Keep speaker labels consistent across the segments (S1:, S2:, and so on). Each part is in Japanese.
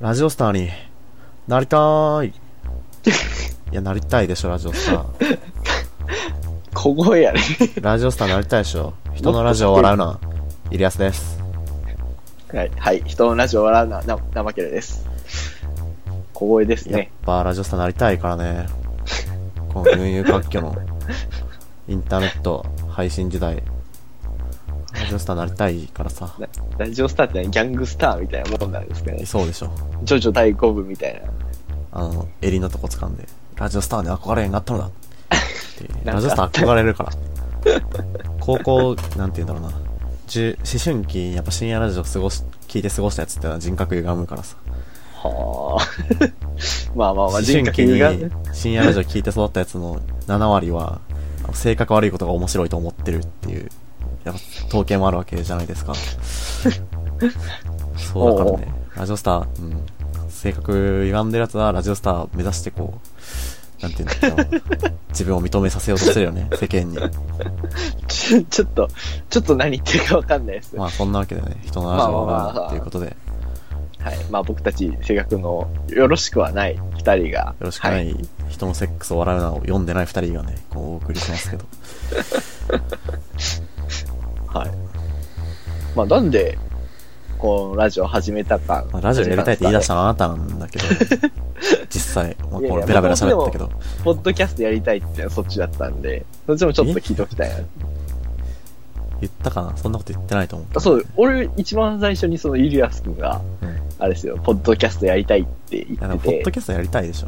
S1: ラジオスターになりたーい。いや、なりたいでしょ、ラジオスター。
S2: 小声やね。
S1: ラジオスターなりたいでしょ。人のラジオを笑うな。イリアスです。
S2: はい。はい。人のラジオ笑うな、な、なまけるです。小声です
S1: やっ
S2: ね。
S1: ぱラジオスターなりたいからね。この群雄割拠のインターネット配信時代。ラジオスターなりたいからさ。
S2: ララジオスターってのはギャングスターみたいなもんなんですかね
S1: い。そうでしょ。
S2: ジョジョ第5部みたいな。
S1: あの、襟のとこ掴んで、ラジオスターに憧れになったのだ。って
S2: た
S1: ラジオスター憧れるから。高校、なんて言うんだろうな。中思春期、やっぱ深夜ラジオ過ごし、聞いて過ごしたやつってのは人格歪むからさ。
S2: はあ。 まあまあまあ、
S1: 思
S2: 人
S1: 春期
S2: 格が。
S1: に深夜ラジオ聞いて育ったやつの7割は、性格悪いことが面白いと思ってるっていう、やっぱ統計もあるわけじゃないです か。そうだからね、ラジオスター、うん、性格歪んでるやつはラジオスターを目指してこう、なんていうんだろうな自分を認めさせようとしてるよね、 世間に。
S2: ちょちょっと、ちょっと何言ってるかわかんないです。
S1: まあそんなわけでね、人のラジオを
S2: まあまあまあ
S1: 笑うっていうことで、よ
S2: はい。まあ僕たち性格のよろしくはない二人が。
S1: ろしくな
S2: はい
S1: 人のセックスを笑うなを読んでない二人がね、こうお送りしますけど。
S2: はい。まあなんで、このラジオ始めたか。
S1: まあラジオやりたいって言い出した
S2: の
S1: のはあなたなんだけ ど、実際、まあ、
S2: いやい
S1: これ
S2: や
S1: ベラベラ喋ったけど、
S2: ポッドキャストやりたいってそっちだったんで、そっちもちょっと聞いときたいな。
S1: 言ったかなそんなこと言ってないと思う。
S2: あそう、俺一番最初にそのイリアス君が、
S1: うん、い
S2: あれですよ、ポッドキャストやりたいって言
S1: やでも
S2: って
S1: ポッ
S2: て
S1: ド、キャストやりたいでしょ。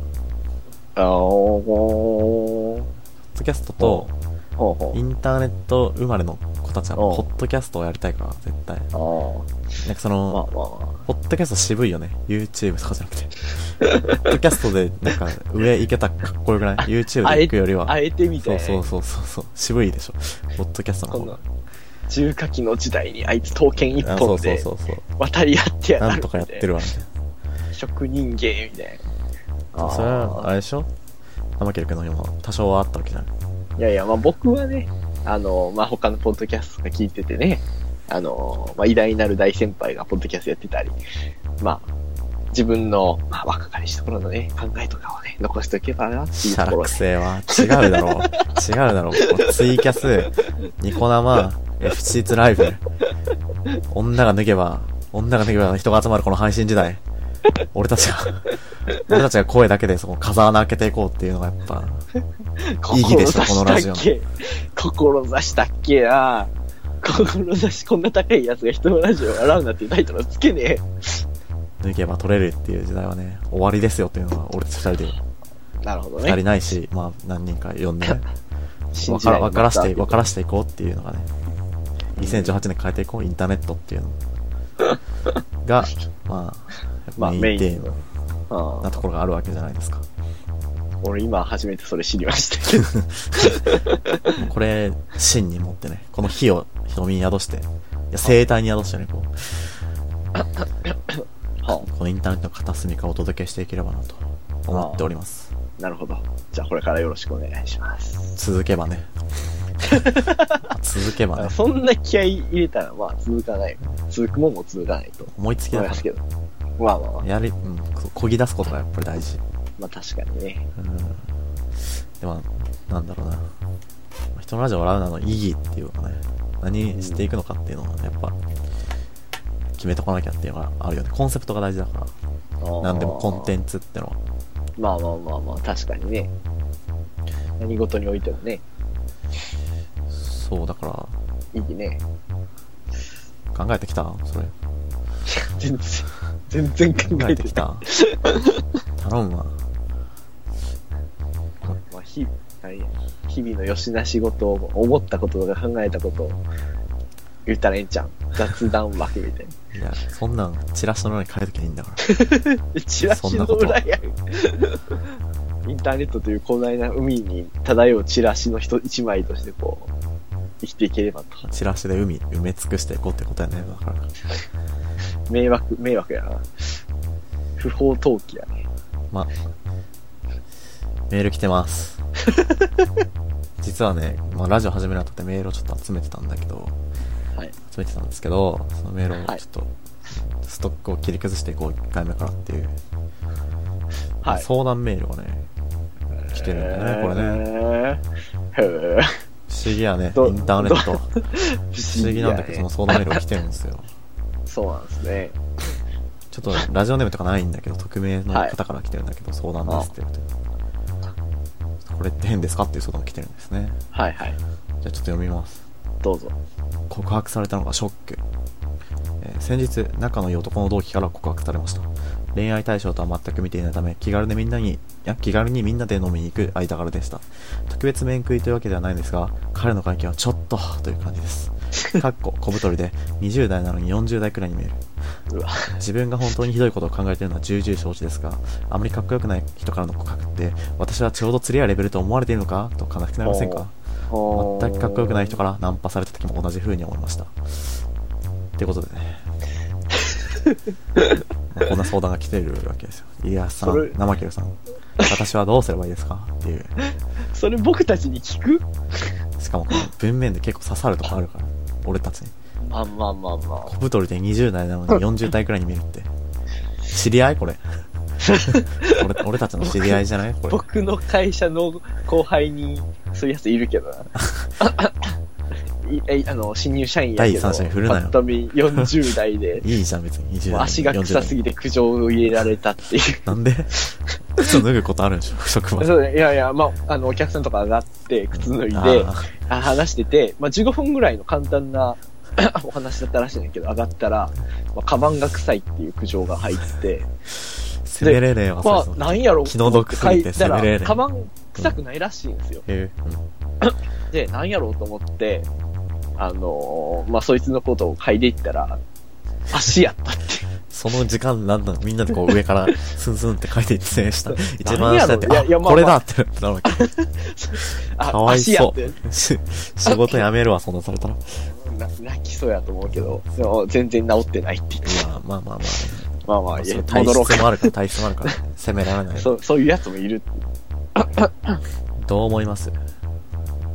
S1: ポ
S2: あーほう
S1: ッドキャストと、
S2: ほうほ
S1: インターネット生まれの子たちは、
S2: おう
S1: ポッドキャストをやりたいから、絶対。
S2: う。あ
S1: なんかそ
S2: あ、まあ
S1: の、
S2: まあま
S1: ポッドキャスト渋いよね。YouTube とかじゃなくて。ポッドキャストで、なんか、上行けたらかっこよくない ?YouTube
S2: あ。
S1: で行くより
S2: あ
S1: は。
S2: えてみた
S1: そ
S2: いうな。
S1: そうそうそうそう。渋いでしょ。ポッドキャストの
S2: こ
S1: 方
S2: んな
S1: が。
S2: 重火器の時代にあいつ刀剣一
S1: あそう
S2: 本
S1: そう
S2: で
S1: そうそう。
S2: 渡り合ってやが
S1: な
S2: る
S1: んとかやってるわ、みたいな。
S2: 職人芸みたいな。
S1: それは、あれでしょ玉木くんの今、多少はあったわけじゃない。
S2: いやいや、まあ僕はね、あの、まあ他のポッドキャストが聞いててね、あの、まあ偉大なる大先輩がポッドキャストやってたり、まあ、自分の、まあ、若かりし頃のね、考えとかをね、残しておけばなってい
S1: シ
S2: うと
S1: ャ
S2: こ
S1: ラ
S2: ろ
S1: ク
S2: で。
S1: セは違うだ ろう。違うだろう。ツイキャス、ニコ生、FC2 ライブ。女が脱げば、女が脱げば人が集まるこの配信時代。俺たち が、俺たちが声だけでその風穴開けていこうっていうのがやっぱ、意義でしょこのラジオの
S2: 志だっけ志したっけな志こんな高いやつが人のラジオを笑うなっていうタイトルはつけねえ。
S1: 脱げば取れるっていう時代はね、終わりですよっていうのは俺たち二人で、
S2: なるほど
S1: 二
S2: ね。
S1: 人ないし、まあ何人か呼ん で、
S2: 信
S1: わ
S2: じ
S1: からら
S2: な
S1: わ
S2: い
S1: からして、わからしていこうっていうのがね、2018年変えていこう、インターネット っていうのが、まあ、
S2: まあメイン
S1: テーマ
S2: うん
S1: なところがあるわけじゃないです か。
S2: 俺今初めてそれ知りましたけど。
S1: これ、真に持ってね、この火を人に宿して、いや、生態に宿してね、こう、
S2: は
S1: このインターネットの片隅からお届けしていければなと思っております。
S2: あ なるほど。じゃあこれからよろしくお願いします。
S1: 続けば ね。続けばね。
S2: そんな気合い入れたら、まあ続かない。続くもんも続かないと
S1: 思いつき
S2: 思
S1: だ
S2: い
S1: か
S2: ますけど。まあまあまあ
S1: ら。、やり、うん、ここぎ出すことがやっぱり大事。
S2: まあ確かにね。
S1: うん。で、まあ、なんだろうな。人のラジオを笑うなの意義っていうかね、何していくのかっていうのは、やっぱ、決めとかなきゃっていうのがあるよね。コンセプトが大事だから。何でもコンテ
S2: ン
S1: ンツってのは。
S2: ツ。まあまあまあまあ、確かにね。何事においてもね、
S1: そう、だから、
S2: 意義ね。
S1: 考えてきたそれ。
S2: 全然、 全然考
S1: 考
S2: え
S1: えて
S2: てき
S1: き
S2: た。
S1: た 頼むわ。
S2: まあ、日何や日々のよしな仕事を、思ったこととか考えたことを言ったらええんちゃん。雑談枠みたいな。
S1: いや、そんなん、チラシの裏に書いときゃいいんだから。
S2: チラシの裏やインターネットという広大な海に漂うチラシの人一枚としてこう生きていければと
S1: チラシで海埋め尽くしていこうってことやね。だから。
S2: 迷惑迷惑やな不法投棄やね
S1: まあ、メール来てます。 実はね、まあ、ラジオ始めるにあたってメールをちょっと集めてたんだけど、
S2: はい。
S1: 集めてたんですけど、そのメールをちょ
S2: は
S1: っ
S2: い
S1: と、ストックを切り崩していこう、1回目からっていう、
S2: はい。
S1: 相談メールをね、来てるんだね、これね。
S2: ね。へー
S1: 不思議やね、イ
S2: ど
S1: ンターネット。不
S2: 不
S1: 思議なんだ
S2: や
S1: けど、
S2: ね
S1: その相談メールが来てるんですよ。
S2: そうなんですね。
S1: ちょっと、ラジオネームとかないんだけど、匿名の方から来てるんだけど、相談ですって言われて。これって変ですかっていう相談が来てるんですね。
S2: はいはい。
S1: じゃあちょっと読みます。
S2: どうぞ。
S1: 告白されたのがショック、えー先日仲のいい男の同期から告白されました恋愛対象とは全く見ていないため気軽でみんなにいや気軽にみんなで飲みに行く間柄でした特別面食いというわけではないんですが彼の関係はちょっとという感じですかっこ小太りで20代なのに40代くらいに見える
S2: うわ。
S1: 自分が本当にひどいことを考えているのは重々承知ですがあまりかっこよくない人からの告白って私はちょうど釣りやレベルと思われているのかと悲しくなりませんか全くかっこよくない人からナンパされた時も同じ風に思いましたってことでね まあこんな相談が来てるわけですよ家康さ
S2: それ
S1: ん生木さん私はどうすればいいですかっていう
S2: それ僕たちに聞く
S1: しかもこの文面で結構刺さるとこあるから俺たちに
S2: まあまあまあま
S1: 小太りで20代なのに40代くらいに見えるって知り合いこれ 俺俺たちの知り合いじゃないこ
S2: あ。
S1: れ
S2: 僕の会社の後輩に、そういうやついるけどな。 いえあの、新入社員やけど。
S1: 第三者に振るなよ、
S2: ぱっと見40代で
S1: いいじゃん別に20代
S2: もう足が臭す
S1: ぎ
S2: ぎて苦情を入れられたっていう。
S1: なんで 靴脱ぐことあるんでしょ職場で
S2: そうねいやいや、まあ、あの、お客さんとか上がって、靴脱いで、
S1: あー
S2: あ話してて、まあ、15分ぐらいの簡単な お話だったらしいんだけど、上がったら、まあ、カバンが臭いっていう苦情が入って、
S1: セメレレーは
S2: ま
S1: そ
S2: あ、
S1: う
S2: なんやろ
S1: 気の毒すぎて
S2: 書いた
S1: セメレレ
S2: ら、
S1: ー
S2: カバン臭くないらしいんですよ。
S1: へ
S2: で、なんやろうと思って、あのーまあ、そいつのことを嗅いでいったら、足やったって。
S1: その時間なんだみんなでこう上 からスンスンって書いて一円した。一
S2: なん
S1: 番
S2: や
S1: 下
S2: ろ
S1: って、
S2: いや
S1: あ、
S2: いやまあ
S1: これだってなるわけ。
S2: あ
S1: かわい
S2: 足や
S1: そ
S2: って。
S1: う。し仕事辞めるわ、そんなされたら。い
S2: な泣きそうやと思うけど、でも全然治って ないって言って。
S1: や、まあまあまあ。
S2: まあま
S1: ま
S2: あ、
S1: あ
S2: い
S1: そ
S2: や
S1: う体
S2: 戻ろう
S1: 質も
S2: か。
S1: あるから、体質もあるから、責められない。
S2: そう、そういうやつもいる。
S1: どう思います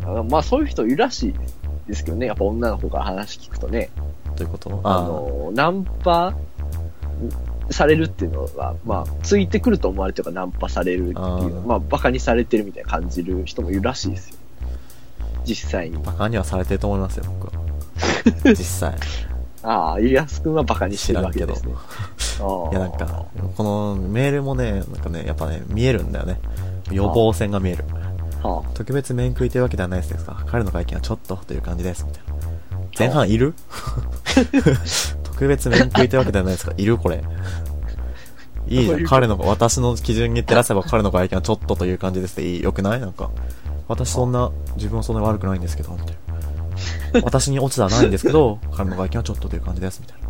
S2: あまあそういう人いるらしいですけどね、やっぱ女の子から話聞くとね、
S1: ということ
S2: あ
S1: あ
S2: の、ナンパされるっていうのは、まあ、ついてくると思われてるからナンパされるっていう、
S1: あー
S2: まあ、バカにされてるみたいな感じる人もいるらしいですよ。実際に
S1: あ、。バカにはされてると思いますよ、 僕は。実際。
S2: ああ、家康くんはバカにして
S1: 知
S2: る
S1: ら
S2: わ
S1: ん
S2: け
S1: けど
S2: で。すね。
S1: いや、なんか、このメールもね、なんかね、やっぱね、見えるんだよね。予防線が見える。
S2: あー、は
S1: 特別面食いというわけではないですが、彼の外見はちょっとという感じです、みたいな。前半いる特別面食いというわけではないですが、いるこれ。いいじ
S2: ど
S1: ゃ
S2: うい
S1: ん。
S2: うこと
S1: 彼の、私の基準に照らせば彼の外見はちょっとという感じですっていい。よくないなんか。私そんな、自分はそんなに悪くないんですけど、みたいな。私に落ち度はないんですけど、彼の外見はちょっとという感じです、みたいな。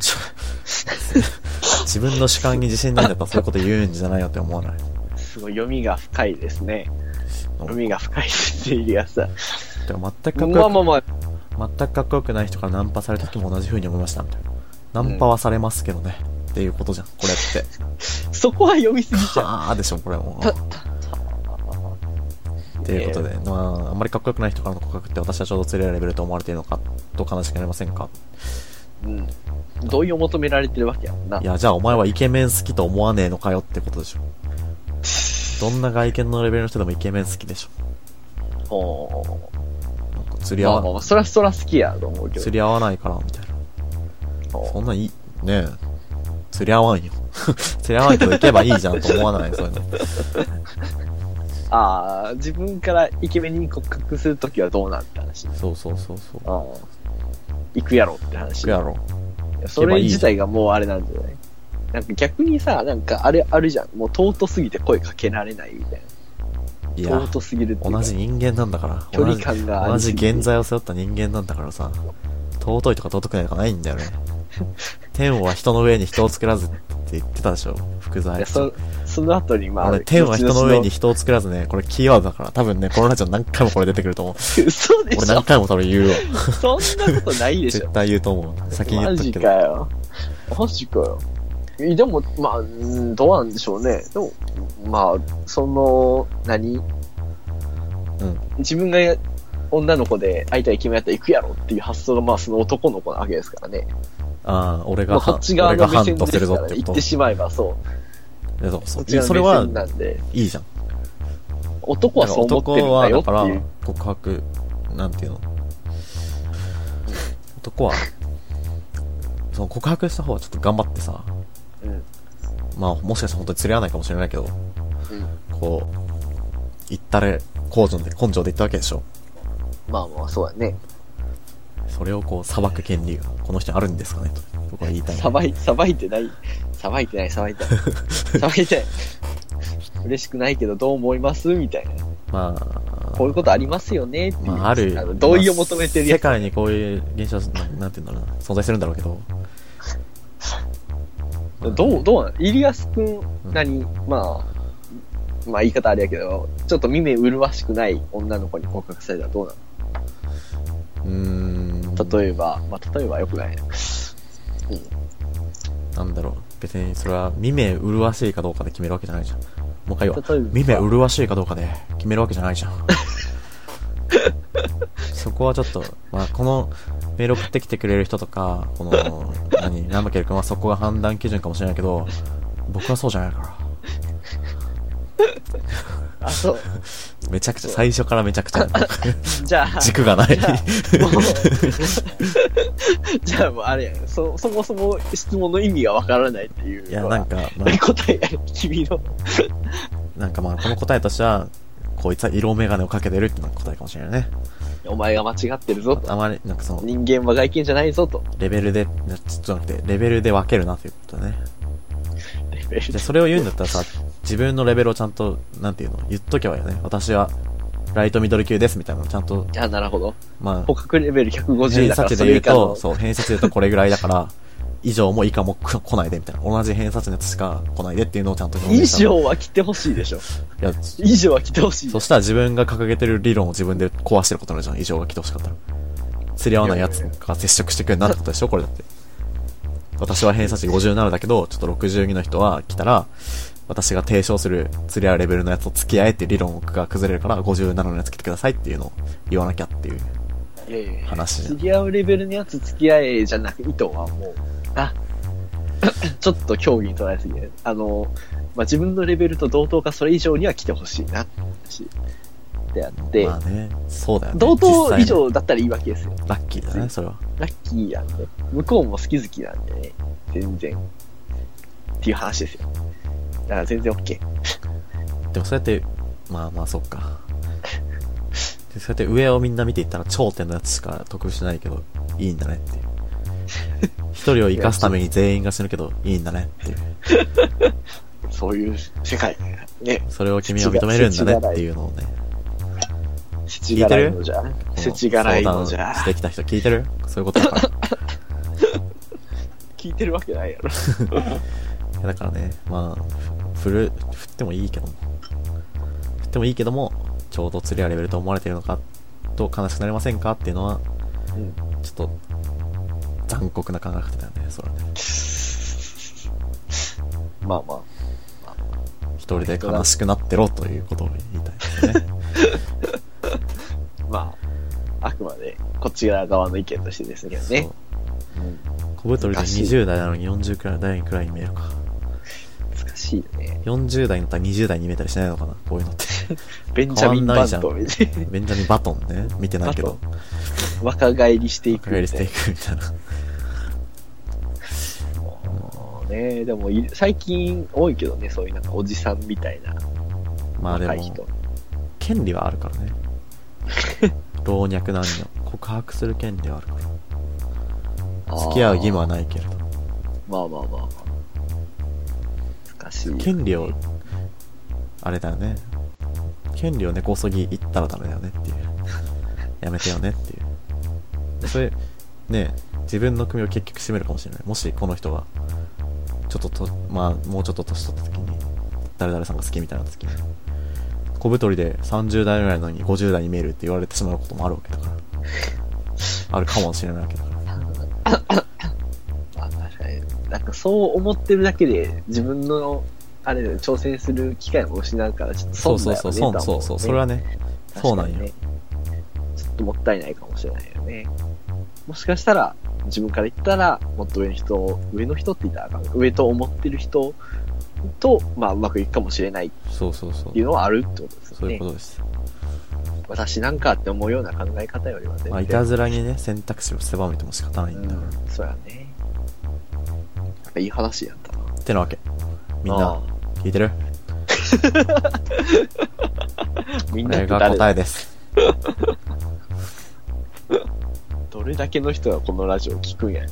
S1: ちょ自分の主観に自信ないんだったらそういうこと言うんじゃないよって思わない。
S2: あ、すごい読みが深いですね。読みが深いですね、家康さん。
S1: でも全くかっこよく
S2: まあまあまあ、
S1: 全くかっこよくない人からナンパされた時も同じ風に思いましたみたいな。ナンパはされますけどね。っていうことじゃん、これって。
S2: そこは読みすぎちゃう。
S1: はあでしょ、これもう。っていうことで、まあ、あんまりかっこよくない人からの告白って私はちょうど釣れるレベルと思われているのか、と悲しくなりませんか。
S2: うん。同意を求められてるわけやもんない
S1: や、じゃあお前はイケメン好きと思わねえのかよってことでしょ。どんな外見のレベルの人でもイケメン好きでしょ。
S2: おー
S1: なんか釣り合
S2: まあまあ
S1: わ、
S2: まあ、そらそら好きやと思うけど
S1: 釣。り合わないから、みたいな。
S2: おー
S1: そんなんいい、ねえ。釣り合わんよ。 釣り合わんけど行けばいいじゃんと思わない、そういうの。
S2: ああ、自分からイケメンに告白するときはどうなんて話。
S1: そうそうそうそう。
S2: あー行くやろって話。
S1: 行くやろ。
S2: いやそれ自体がもうあれなんじゃないなんか逆にさ、なんかあれあるじゃん。もう尊すぎて声かけられないみたい
S1: い
S2: な。
S1: や、
S2: 尊すぎるっていうか
S1: 同じ人間なんだから。
S2: 距離感があ
S1: 同
S2: り
S1: じ
S2: す
S1: 同
S2: ぎ
S1: じ
S2: て
S1: 現在を背負った人間なんだからさ。尊いとか尊くないとかないんだよ ね。天は人の上に人を作らずって言ってたでしょ。福
S2: い
S1: 沢
S2: やそその後に、まあ、
S1: 俺、天は人の上に人を作らずね、これキーワードだから、多分ね、このラジオ何回もこれ出てくると思う。
S2: そうで
S1: 俺
S2: し
S1: 何
S2: ょ
S1: 回もそれ言うわ。
S2: そんなことないでしょ
S1: 絶対言うと思う。先に言
S2: マ
S1: っとく
S2: ジ
S1: け
S2: か
S1: ど。
S2: よ。マジかよ。えでも、まあうん、どうなんでしょうね。でも、まあ、その、何
S1: うん。
S2: 自分がや女の子で会いたい決めやったら行くやろっていう発想がまあその男の子なわけですからね。
S1: ああ、俺
S2: ま
S1: が
S2: あ、こ
S1: ハン、
S2: っち側
S1: 俺
S2: の
S1: が
S2: 目
S1: ハ
S2: 線
S1: ン
S2: で
S1: とす
S2: す
S1: るぞ
S2: か
S1: っ
S2: ら
S1: て
S2: ね。
S1: こ
S2: 行
S1: と。
S2: ってしまえばそう。
S1: えそうそ
S2: こっ
S1: う。
S2: ち
S1: いや
S2: 側
S1: それ
S2: の目
S1: は
S2: 線なんで、
S1: いいじゃん。
S2: 男はそう思ってるんだよ
S1: だ
S2: って
S1: から
S2: い
S1: 男
S2: う。
S1: は、告白、なんていうの 男は、その告白した方はちょっと頑張ってさ、
S2: うん。
S1: まあもしかしたら本当に釣り合わないかもしれないけど、
S2: うん。
S1: こう、行ったれ、根性で、根性で行ったわけでしょ。
S2: まあまあ、そうだね。
S1: それをこう、裁く権利が、この人にあるんですかねと、僕は言いたい。
S2: さばい、さばいてない。さばいてない、さばいて ない。さばいてない。嬉しくないけど、どう思いますみたいな。
S1: まあ、
S2: こういうことありますよねっていう。
S1: まあ、ある
S2: の同意を求めてる
S1: まあ
S2: や
S1: 世
S2: つ。
S1: 界にこういう現象な、なんていうんだろうな、存在するんだろうけど。
S2: どう、どうなのイリアス君
S1: うん
S2: 何、まあ、まあ言い方あれやけど、ちょっと耳麗しくない女の子に告白されたらどうな
S1: うーん。
S2: の例えば、まあ例えばよくないな。
S1: なんだろう。別にそれは、未明麗しいかどうかで決めるわけじゃないじゃん。もう一回言
S2: 例えば
S1: うわ。未明麗しいかどうかで決めるわけじゃないじゃ ん。そこはちょっと、まあ、このメール送ってきてくれる人とか、この、何、ナムケル君はそこが判断基準かもしれないけど、僕はそうじゃないか
S2: あ、そう。
S1: ら。めちゃくちゃ、最初からめちゃく ちゃ、
S2: じゃあ、
S1: 軸がない。
S2: もうじゃあもうあれやねそ、そもそも質問の意味がわからないっていう。
S1: いや、なん
S2: か。
S1: か、まあ、
S2: 答えやね、君の。
S1: なんかまあ、この答えとしては、こいつは色眼鏡をかけてるっていうのが答えかもしれないね。
S2: お前が間違ってるぞと。
S1: あまり、なんかその、
S2: 人間は外見じゃないぞと。
S1: レベルで、なちょっとなくて、レベルで分けるなということだね。じゃあそれを言うんだったらさ、自分のレベルをちゃんと、なんていうの、言っとけばいいよね。私は、ライトミドル級ですみたいなのちゃんと、
S2: あ、なるほど。
S1: ま
S2: 捕
S1: あ、
S2: 獲レベル150
S1: 偏
S2: だ
S1: 差
S2: から
S1: 値
S2: そ
S1: で言
S2: れ
S1: う
S2: 以下の
S1: と、。そう、偏差値で言うとこれぐらいだから、以上も以下も来来ないでみたいな。同じ偏差値のやつしか来ないでっていうのをちゃんと表
S2: 以
S1: 現したの
S2: 上は来てほしいでしょ。
S1: いや、
S2: 以上は来てほしい。
S1: そしたら自分が掲げてる理論を自分で壊してることになるじゃん。以上が来てほしかったら。釣り合わないやつが接触してくるなってことでしょこれだって。私は偏差値57だけど、ちょっと62の人は来たら、私が提唱する釣り合うレベルのやつと付き合えっていう理論が崩れるから、57のやつ来てくださいっていうのを言わなきゃっていう
S2: いやいやいや
S1: 話じゃ
S2: 付
S1: ん。
S2: き合うレベルのやつ付き合えじゃなく、意図はもう、あ、 ちょっと競技に捉えすぎる。あの、まあ、自分のレベルと同等かそれ以上には来てほしいなって話であって、
S1: まあね、そうだよね。
S2: 同等以
S1: 実際ね
S2: 上だったらいいわけですよ。
S1: ラッキーだね、それは。
S2: ラッキーなんで。向こうも好き好きなんでね、全然。っていう話ですよ。だから全然 OK。
S1: でもそうやって、まあまあそっか。でそうやって上をみんな見ていったら頂点のやつしか得しないけど、いいんだねっていう。一人を生かすために全員が死ぬけど、いいんだねっていう。
S2: そういう世界。ね。
S1: それを君は認めるんだねっていうのをね、
S2: せちがらいのじゃ。
S1: この
S2: せちがらいのじ
S1: 相
S2: ゃ
S1: 談。してきた人聞いてるそういうことだから。
S2: 聞いてるわけ ないやろ。
S1: いやだからね、まあ、ふ振る、振ってもいいけども。振ってもいいけども、ちょうど釣り合うレベルと思われてるのか、と悲しくなりませんかっていうのは、
S2: うん
S1: ちょっと、残酷な考え方だよね、それはね。
S2: まあまあ。
S1: 一人で悲しくなってろということを言いたいですね。
S2: まあ、あくまで、こっち側の意見としてですけどね。うん
S1: そう。小太りで
S2: 難しい
S1: 20代なのに40くらい代くらいに見えるか。
S2: 難しいよね。
S1: 40代になったら20代に見えたりしないのかな、こういう のって。
S2: ベンジャミン・バントみたいな。
S1: ベンジャミン・バトンね、見てないけど、
S2: 若返りしていく
S1: 帰り
S2: み
S1: したて
S2: い
S1: いくみたいな。
S2: な。ねでもい、最近多いけどね、そういうなんかおじさんみたいな
S1: まあで
S2: 若い
S1: も、
S2: 人。
S1: 権利はあるからね。老若男女、告白する権利はあるから。付き合う義務は
S2: あ
S1: ないけれど。
S2: ーまあまあまあまあ。難しい。
S1: 権利を、あれだよね。権利を根こそぎ言ったらダメだよねっていう。やめてよねっていう。それ、ねえ自分の組を結局占めるかもしれない。もしこの人が、ちょっとと、まあ、もうちょっと年取った時に、誰々さんが好きみたいな時に、小太りで30代ぐらいなのに50代に見えるって言われてしまうこともあるわけだから。あるかもしれないわけだから。
S2: まあ確かに。なんかそう思ってるだけで、自分の、あれだよ挑戦する機会も失うから、ちょっと
S1: そう
S2: 損だ
S1: そ
S2: よ
S1: うそう、そう
S2: ね。多分
S1: そうそう、それはね、
S2: 確かに
S1: そうなんよ
S2: ね。ちょっとともったいないかもしれないよね。もしかしたら、自分から言ったら、もっと上の人、上の人って言ったらあかんか上と思ってる人と、まあ、うまくいくかもしれないっ
S1: そうそうそう
S2: てい。うのはあるってことですよね。
S1: そういうことです。
S2: 私なんかって思うような考え方よりは全然。
S1: まあ、いたずらにね、選択肢を狭めても仕方ない
S2: うん
S1: だから。
S2: ん、そうやね。なんかいい話やったな。
S1: ってなわけ。みん
S2: あ
S1: な、
S2: あ
S1: 聞いてる
S2: みん
S1: こ
S2: な
S1: れ
S2: って
S1: が
S2: 誰
S1: 答
S2: だ
S1: えです。
S2: どれだけの人がこのラジオを聞くんや。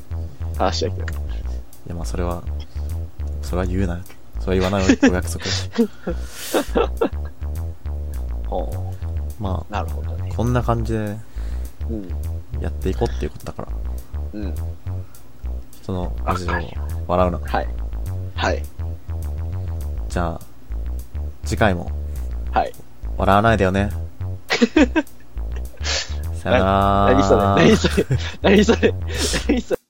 S2: 話やけど。
S1: いや、まあ、それは、それは言うなよ。それは言わないお約 束。
S2: ほ
S1: ま
S2: うなるほどね
S1: あ、。こんな感じで
S2: うん。
S1: やっていこうっていうことだから。
S2: うん。
S1: 人のラジオを
S2: はい
S1: 笑うな。
S2: はい。はい。
S1: じゃあ、次回も
S2: はい。
S1: 笑わないでよ ね。さよなら。
S2: 何それ何それ何それ何それ